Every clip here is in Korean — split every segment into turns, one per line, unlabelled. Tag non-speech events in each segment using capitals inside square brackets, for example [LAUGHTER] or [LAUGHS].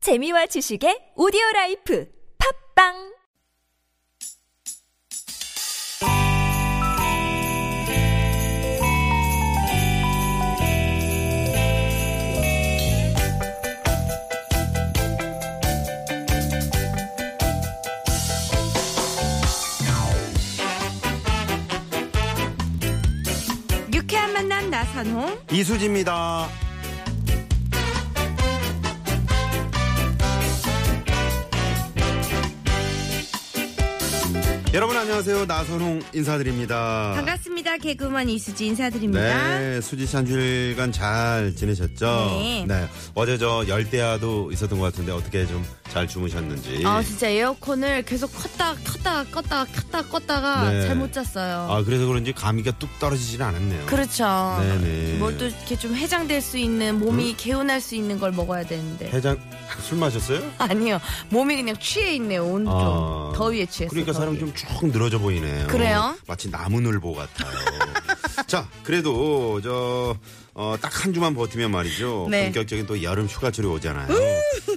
재미와 지식의 오디오 라이프 팝빵
유쾌한 만남 나선홍
이수지입니다. 여러분 안녕하세요. 나선홍 인사드립니다.
반갑습니다 개그우먼 이수지 인사드립니다
네, 수지 씨 한 주일간 잘 지내셨죠?
네.
어제 저 열대야도 있었던 것 같은데 어떻게 좀 잘 주무셨는지.
아 진짜 에어컨을 계속 껐다 켰다 껐다 켰다 껐다가
네.
잘못 잤어요.
아, 그래서 그런지 감기가 뚝 떨어지진 않았네요.
그렇죠.
네네. 음?
뭘 또 이렇게 좀 해장될 수 있는 몸이 개운할 수 있는 걸 먹어야 되는데
해장 술 마셨어요?
[LAUGHS] 아니요 몸이 그냥 취해 있네요 오늘
아.
좀 더위에 취했어요.
그러니까 사람
더위에.
좀 쭉 늘어져 보이네요.
그래요?
마치 나무늘보 같아요. [LAUGHS] 자, 그래도 어, 저딱 한 주만 버티면 말이죠.
네. 음!
본격적인 또 여름 휴가철이 오잖아요.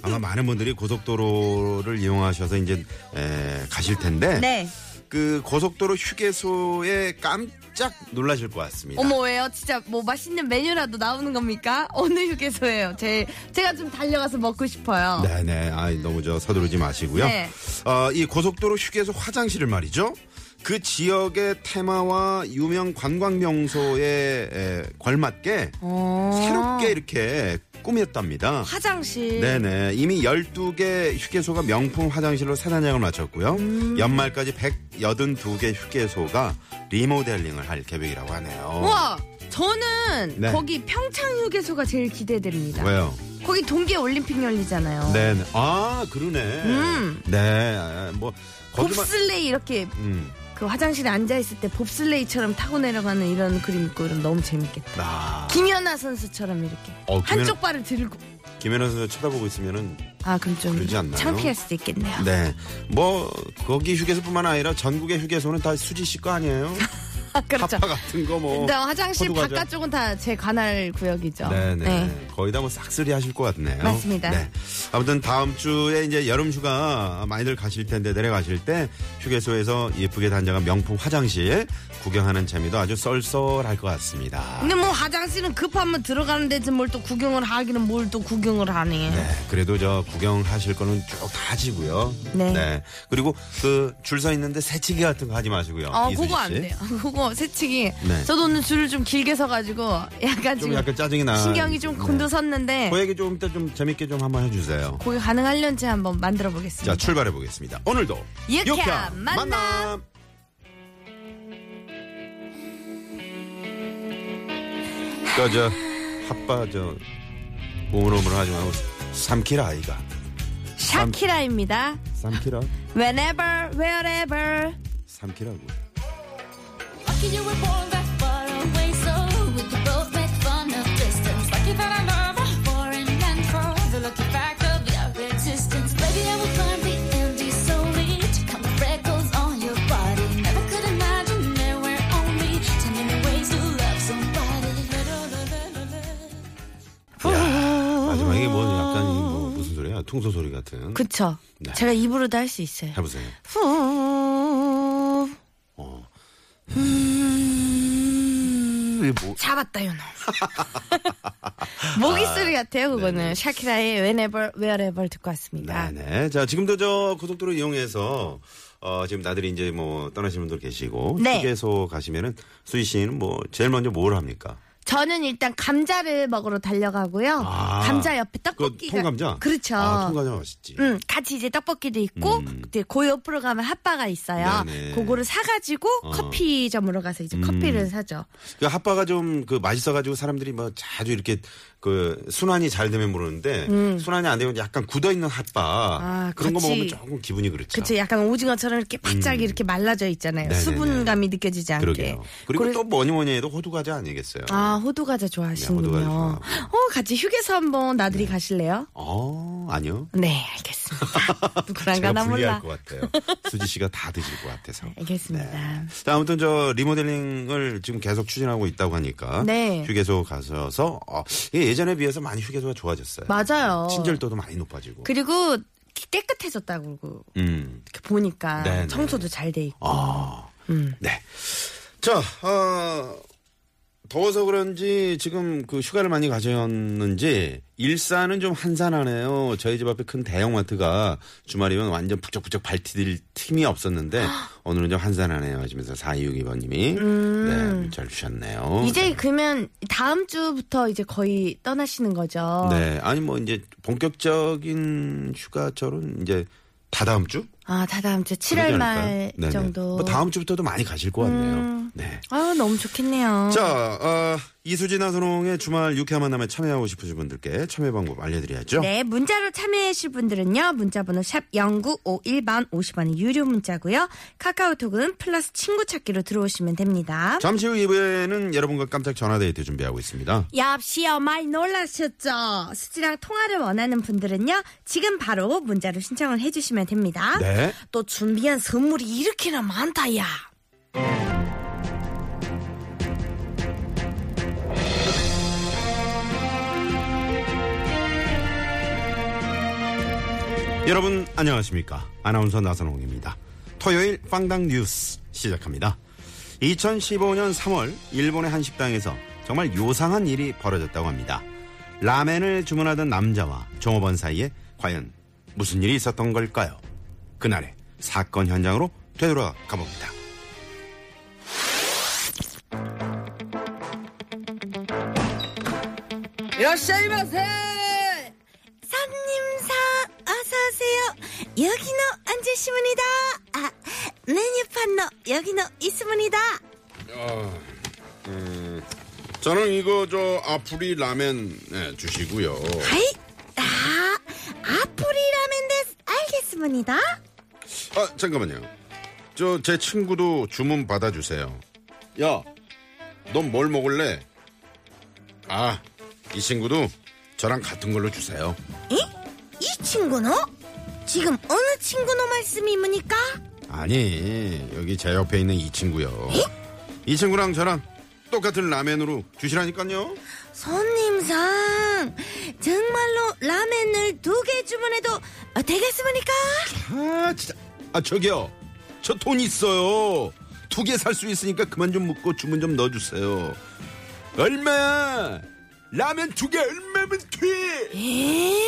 아마 많은 분들이 고속도로를 이용하셔서 이제 에, 가실 텐데
네.
그 고속도로 휴게소에 깜짝 놀라실 것 같습니다.
어머 왜요? 진짜 뭐 맛있는 메뉴라도 나오는 겁니까? [LAUGHS] 어느 휴게소예요? 제 제가 좀 달려가서 먹고 싶어요.
네네. 아 너무 저 서두르지 마시고요.
네.
어, 이 고속도로 휴게소 화장실을 말이죠. 그 지역의 테마와 유명 관광 명소에 에, 걸맞게
어.
새롭게 이렇게 꾸몄답니다.
화장실.
네네. 이미 12개 휴게소가 명품 화장실로 세단장을 마쳤고요.
음.
연말까지 182개 휴게소가 리모델링을 할 계획이라고 하네요.
우와 저는
어. 네.
거기 평창 휴게소가 제일 기대됩니다.
왜요?
거기 동계 올림픽 열리잖아요.
네네. 아, 그러네.
음.
네. 아, 뭐, 거기만.
봅슬레이 이렇게
음.
그 화장실에 앉아 있을 때 봅슬레이처럼 타고 내려가는 이런 그림 있고 이러면 너무 재밌겠다.
아.
김연아 선수처럼 이렇게
어, 김연아-
한쪽 발을 들고
김연아 선수 쳐다보고 있으면은
아 그럼 좀
그러지 않나요?
창피할 수도 있겠네요.
네. 뭐 거기 휴게소뿐만 아니라 전국의 휴게소는 다 수지 씨 거 아니에요?
아, [LAUGHS] [LAUGHS] 그렇죠.
파파 같은 거 뭐.
근데 화장실
호두과자.
바깥쪽은 다 제 관할 구역이죠.
네네. 거의 다 뭐 싹쓸이 하실 것 같네요.
맞습니다.
네. 아무튼 다음 주에 이제 여름 휴가 많이들 가실 텐데 내려가실 때 휴게소에서 예쁘게 단장한 명품 화장실 구경하는 재미도 아주 쏠쏠할 것 같습니다.
근데 뭐 화장실은 급하면 들어가는 데지 뭘 또 구경을 하기는 뭘 또 구경을 하니.
네, 그래도 저 구경하실 거는 쭉 다 하시고요.
네.
그리고 그 줄 서 있는데 새치기 같은 거 하지 마시고요.
어,
이수지
그거 안
씨.
돼요. [LAUGHS] 그거 새치기.
네.
저도 오늘 줄을 좀 길게 서가지고 약간
좀
지금
약간 아, 네. 짜증이 나.
신경이 좀 곤두섰는데
그 얘기 좀 이따 좀 재밌게 좀 한번 해주세요.
거기 가능할런지 한번 만들어
자,
보겠습니다.
출발해 보겠습니다. 오늘도
유쾌한
유쾌한
만남.
그저 핫바 저 오물오물 하지 말고 삼키라 아이가
샤키라입니다.
삼키라
Whenever, wherever.
삼키라고.
Lucky you were born that far away, so we could both make fun of distance. Lucky that I love a foreign and for the lucky fact of your existence. Baby, I will climb the Andes solely to count the freckles on your body. Never could imagine there were only ten million ways to love somebody.
야, 마지막에 뭐 약간 이뭐 무슨 소리야? 통소 소리 같은.
그쵸.
네.
제가 입으로도 할 수 있어요.
해보세요.
후.
어. 이게 뭐?
잡았다,
[LAUGHS]
요놈. 모기 소리 같아요, 그거는. 샤키라의 whenever, wherever 듣고 왔습니다.
네, 네네. 자, 지금도 저 고속도로 이용해서 어, 지금 나들이 이제 뭐 떠나시는 분들 계시고
네.
휴게소 가시면은 수희 씨는 뭐 제일 먼저 뭘 합니까?
저는 일단 감자를 먹으러 달려가고요.
아.
감자 옆에
그
떡볶이가.
통감자?
그렇죠.
아, 통감자 맛있지.
음, 같이 이제 떡볶이도 있고 그때 그 옆으로 가면 핫바가 있어요.
네네. 어. 음.
그거를 사가지고 커피점으로 가서 이제 커피를 사죠.
그 핫바가 좀 그 맛있어가지고 사람들이 뭐 자주 이렇게 그 순환이 잘 되면 모르는데 순환이 안 되면 약간 굳어 있는 핫바
음. 아,
그런 거
그치.
먹으면 조금 기분이 그렇죠.
그쵸 약간 오징어처럼 이렇게 바짝 이렇게 말라져 있잖아요.
음. 네네네.
수분감이 느껴지지 않게.
그러게요. 그리고
그래-
또 뭐니 뭐니 해도 호두 과자 아니겠어요?
아 호두 과자
네, 호두 과자 네.
좋아하시는군요.
좋아하고.
어 같이 휴게소 한번 나들이 가실래요?
어, 아니요.
네 알겠습니다.
[LAUGHS]
누구랑
제가
가나
불리할
몰라.
것 같아요. 수지 씨가 다 드실 것 같아서.
알겠습니다.
자, 아무튼 저 리모델링을 지금 계속 추진하고 있다고 하니까
네.
휴게소 가셔서 어, 이게 예전에 비해서 많이 휴게소가 좋아졌어요.
맞아요.
친절도도 많이 높아지고.
그리고 깨끗해졌다고 그러고
음.
이렇게 보니까
네, 네.
청소도 잘 돼 있고.
아.
음.
네. 자, 어, 더워서 그런지 지금 그 휴가를 많이 가셨는지 일산은 좀 한산하네요. 저희 집 앞에 큰 대형마트가 주말이면 완전 북적북적 발티딜
[GASPS]
틈이 없었는데 오늘은 좀 한산하네요 하시면서 4262번님이 네, 문자를 어, 주셨네요.
음. 이제 그러면 다음 주부터 이제 거의 떠나시는 거죠.
네. 아니 뭐 이제 본격적인 휴가철은 이제 다다음 주?
아, 다 다음 주
그러지
7월 말
않을까요? 네네.
정도. 음.
뭐 다음 주부터도 많이 가실 것 같네요. 네.
아유, 너무 좋겠네요.
자, 어, 이수진 나선홍의 주말 유쾌한 만남에 참여하고 싶으신 분들께 참여 방법 알려드려야죠.
네, 문자로 참여하실 분들은요. 문자번호 샵 0951번 50원이 유료 문자고요. 카카오톡은 플러스 친구 찾기로 들어오시면 됩니다.
잠시 후 2부에는 여러분과 깜짝 전화데이트 준비하고 있습니다.
엽시요 많이 놀라셨죠? 수지랑 통화를 원하는 분들은요. 지금 바로 문자로 신청을 해주시면 됩니다.
네.
또 준비한 선물이 이렇게나 많다, 야.
여러분 안녕하십니까. 아나운서 나선홍입니다. 토요일 빵당 뉴스 시작합니다. 2015년 3월 일본의 한 식당에서 정말 요상한 일이 벌어졌다고 합니다. 라멘을 주문하던 남자와 종업원 사이에 과연 무슨 일이 있었던 걸까요? 그날의 사건 현장으로 되돌아 가봅니다.
손님사 어서 오세요. 여기노 앉으시문이다. 아, 메뉴판노 여기노 있으문이다.
저는 이거 저 아프리 라멘 예, 주시고요.
아이, 아, 아프리라면 데스 알겠습니다.
아 잠깐만요. 저 제 친구도 주문 받아주세요. 야, 넌 뭘 먹을래? 아, 이 친구도 저랑 같은 걸로 주세요.
이 친구노? 지금 어느 친구노 말씀이십니까?
아니 여기 제 옆에 있는 이 친구요. 이 친구랑 저랑 똑같은 라멘으로 주시라니까요.
손님상 정말로 라면을 두 개 주문해도 되겠습니까?
아 진짜. 아 저기요, 저 돈 있어요. 두 개 살 수 있으니까 그만 좀 묻고 주문 좀 넣어주세요. 얼마야? 라면 두 개 얼마면 돼?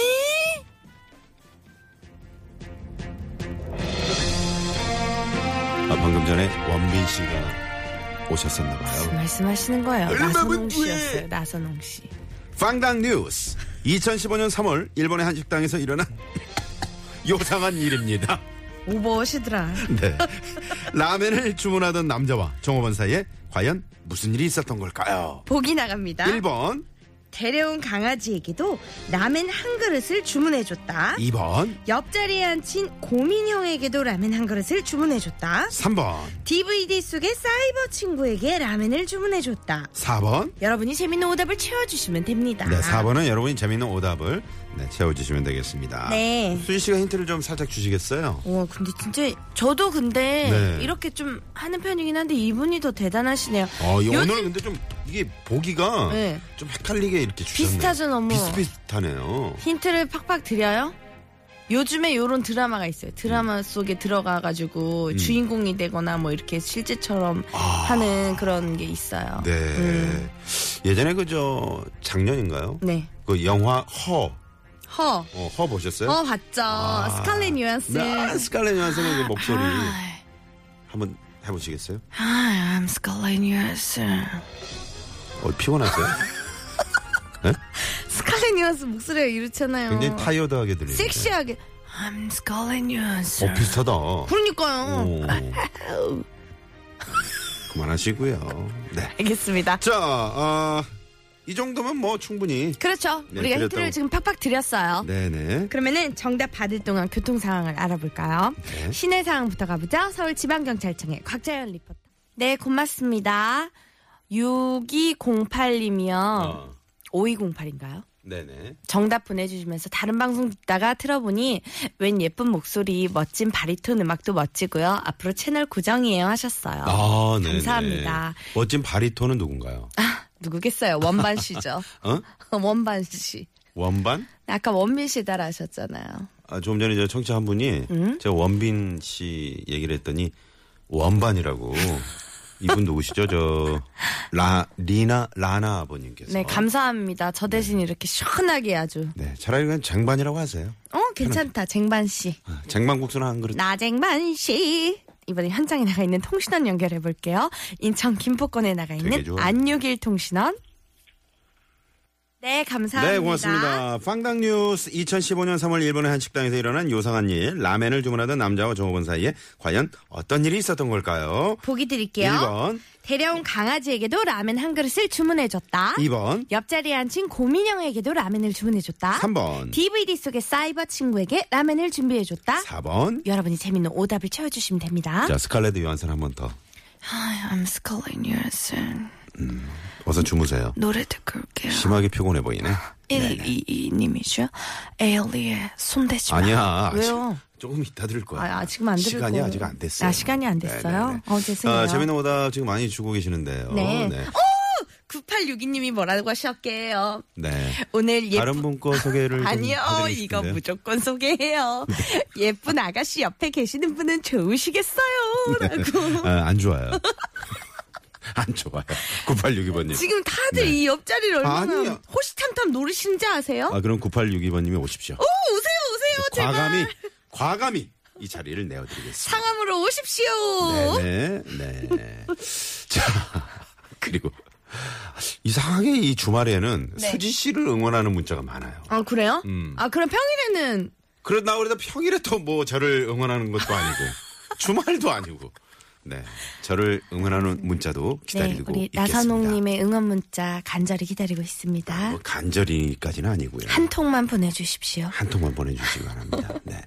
아, 방금 전에 원빈 씨가 오셨었나 봐요.
말씀하시는 거예요.
얼마면
나선홍
돼?
씨였어요. 나선홍 씨.
빵당 뉴스. 2015년 3월 일본의 한
[LAUGHS]
식당에서 일어난 요상한 일입니다.
오버시더라.
네. [LAUGHS] 라면을 주문하던 남자와 종업원 사이에 과연 무슨 일이 있었던 걸까요?
보기
아?
나갑니다.
1번,
데려온 강아지에게도 라면 한 그릇을 주문해줬다.
2번,
옆자리에 앉힌 고민형에게도 라면 한 그릇을 주문해줬다.
3번,
DVD 속의 사이버 친구에게 라면을 주문해줬다.
4번.
여러분이 재밌는 오답을 채워주시면 됩니다.
네, 4번은 여러분이 재밌는 오답을 네, 채워주시면 되겠습니다.
네.
수지 씨가 힌트를 좀 살짝 주시겠어요?
와, 근데 진짜 저도 근데
네.
이렇게 좀 하는 편이긴 한데 이분이 더 대단하시네요.
어, 이
요-
오늘 근데 좀 이게 보기가
네.
좀 헷갈리게 이렇게 주셨네요.
비슷하죠, 너무.
비슷비슷하네요.
힌트를 팍팍 드려요. 요즘에 요런 드라마가 있어요. 드라마
음.
속에 들어가가지고 주인공이 되거나 뭐 이렇게 실제처럼 하는 그런 게 있어요.
아. 네. 예전에 그저 작년인가요?
음. 네.
그 영화 허.
허.
어, 허 보셨어요?
허 봤죠. 스칼렛 뉴안스.
아. 네, 스칼렛 요한슨의 그 목소리
아,
한번 해보시겠어요?
아, I'm Scarlett Johansson.
어, 피곤하세요?
스칼렛 뉴안스 목소리가 이렇잖아요.
굉장히 타이어드하게 들리네요.
섹시하게. I'm Scarlett
어,
Johansson.
비슷하다.
그러니까요.
오. 그만하시고요. 네.
알겠습니다.
자, 아, 이 정도면 뭐 충분히.
그렇죠.
네,
우리가
드렸다고.
힌트를 지금 팍팍 드렸어요.
네네.
그러면은 정답 받을 동안 교통 상황을 알아볼까요?
네.
시내 상황부터 가보죠. 서울지방경찰청의 곽자연 리포터. 네, 고맙습니다. 6208님이요.
어.
5208인가요?
네네.
정답 보내주시면서 다른 방송 듣다가 틀어보니 웬 예쁜 목소리, 멋진 바리톤 음악도 멋지고요. 앞으로 채널 고정이에요 하셨어요.
아, 네네.
감사합니다.
멋진 바리톤은 누군가요?
아, 누구겠어요? 원반 씨죠. [LAUGHS]
어?
원반 씨.
원반?
아까 원빈 씨 따라 하셨잖아요.
아, 좀 전에 저 청취자 한 분이 제가 원빈 씨 얘기를 했더니 원반이라고. 이분 누구시죠? 저, 라, 리나, 라나 아버님께서.
네, 감사합니다. 저 대신 이렇게 시원하게 아주.
네, 차라리 그냥 쟁반이라고 하세요. 아,
어, 괜찮다. 쟁반 씨.
쟁반국수나 한 그릇.
나쟁반 씨. 이번에 현장에 나가 있는 통신원 연결해 볼게요. 인천 김포권에 나가
되게
있는
좋아요.
안유길 통신원. 네, 감사합니다.
네, 고맙습니다. 빵당뉴스 2015년 3월 일본의 한 식당에서 일어난 요상한 일, 라멘을 주문하던 남자와 종업원 사이에 과연 어떤 일이 있었던 걸까요?
보기 드릴게요.
1번,
데려온 강아지에게도 라면 한 그릇을 주문해 줬다.
2번,
옆자리에 앉힌 고민형에게도 라면을 주문해 줬다.
3번,
DVD 속의 사이버 친구에게 라면을 준비해 줬다.
4번.
여러분이 재밌는 오답을 채워주시면 됩니다.
자, 스칼렛 요한슨 한 번 더.
I'm calling you soon.
어서 주무세요.
노래 듣고 올게요.
심하게 피곤해 보이네.
예, 122님이죠. 에일리의 손대지 마.
아니야.
왜요?
아직 조금 이따 들을 거야.
아, 지금 안 들을
시간이
거예요.
아직 안 됐어요.
아, 시간이 안 됐어요?
네네네.
어, 죄송해요.
아, 재밌는 오답 지금 많이 주고 계시는데요.
네.
네.
9862님이 뭐라고 하셨게요.
네.
오늘 예쁜
다른 분 거 소개를 좀
아니요,
해드리고
이거
싶은데요. 네.
무조건 소개해요. 예쁜 아가씨 옆에 계시는 분은 좋으시겠어요. 라고.
아, 안 좋아요. [LAUGHS] 안 좋아요. 9862번님.
지금 다들 이 옆자리를 얼마나
네. 아니요.
호시탐탐 노리시는지 아세요?
아, 그럼 9862번님이 오십시오.
오, 오세요, 오세요, 어, 제발.
과감히, 과감히 이 자리를 내어드리겠습니다.
상암으로 오십시오.
네네, 네. 자, 그리고 이상하게 이 주말에는
네.
수지 씨를 응원하는 문자가 많아요.
아, 그래요?
음.
아, 그럼 평일에는 네,
그러다 우리가 평일에 또 뭐 저를 응원하는 것도 아니고 [LAUGHS] 주말도 아니고 네 저를 응원하는 문자도
네,
기다리고
우리
있겠습니다.
나선홍님의 응원 문자 간절히 기다리고 있습니다.
뭐 간절히까지는 아니고요.
한 통만 보내주십시오.
한 통만 보내주시기 바랍니다. 네.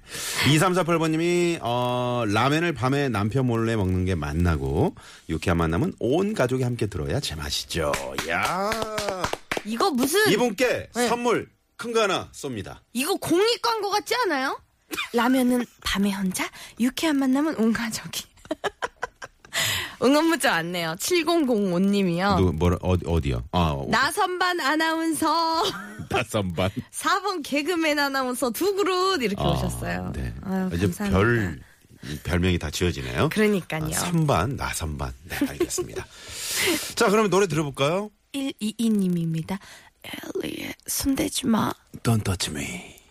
2348번님이, 어, 라면을 밤에 남편 몰래 먹는 게 만나고, 유쾌한 만남은 온 가족이 함께 들어야 제맛이죠. 야
이거 무슨
이분께
네.
선물 큰 거 하나 쏩니다.
이거 공익 광고 같지 않아요? 라면은 밤에 혼자 유쾌한 만남은 온 가족이. [LAUGHS] 응원 문자 왔네요. 7005님이요.
누구, 뭐라, 어디, 어디요? 아,
나선반 아나운서,
[LAUGHS] 나선반.
4번 개그맨 아나운서 두 그룹 이렇게 오셨어요.
네.
아유,
이제
감사합니다.
별, 이 별명이 다 지어지네요.
그러니까요.
아, 선반, 나선반. 네, 알겠습니다. [LAUGHS] 자, 그럼 노래 들어볼까요?
122님입니다. 엘리의 손대지 마.
Don't touch me.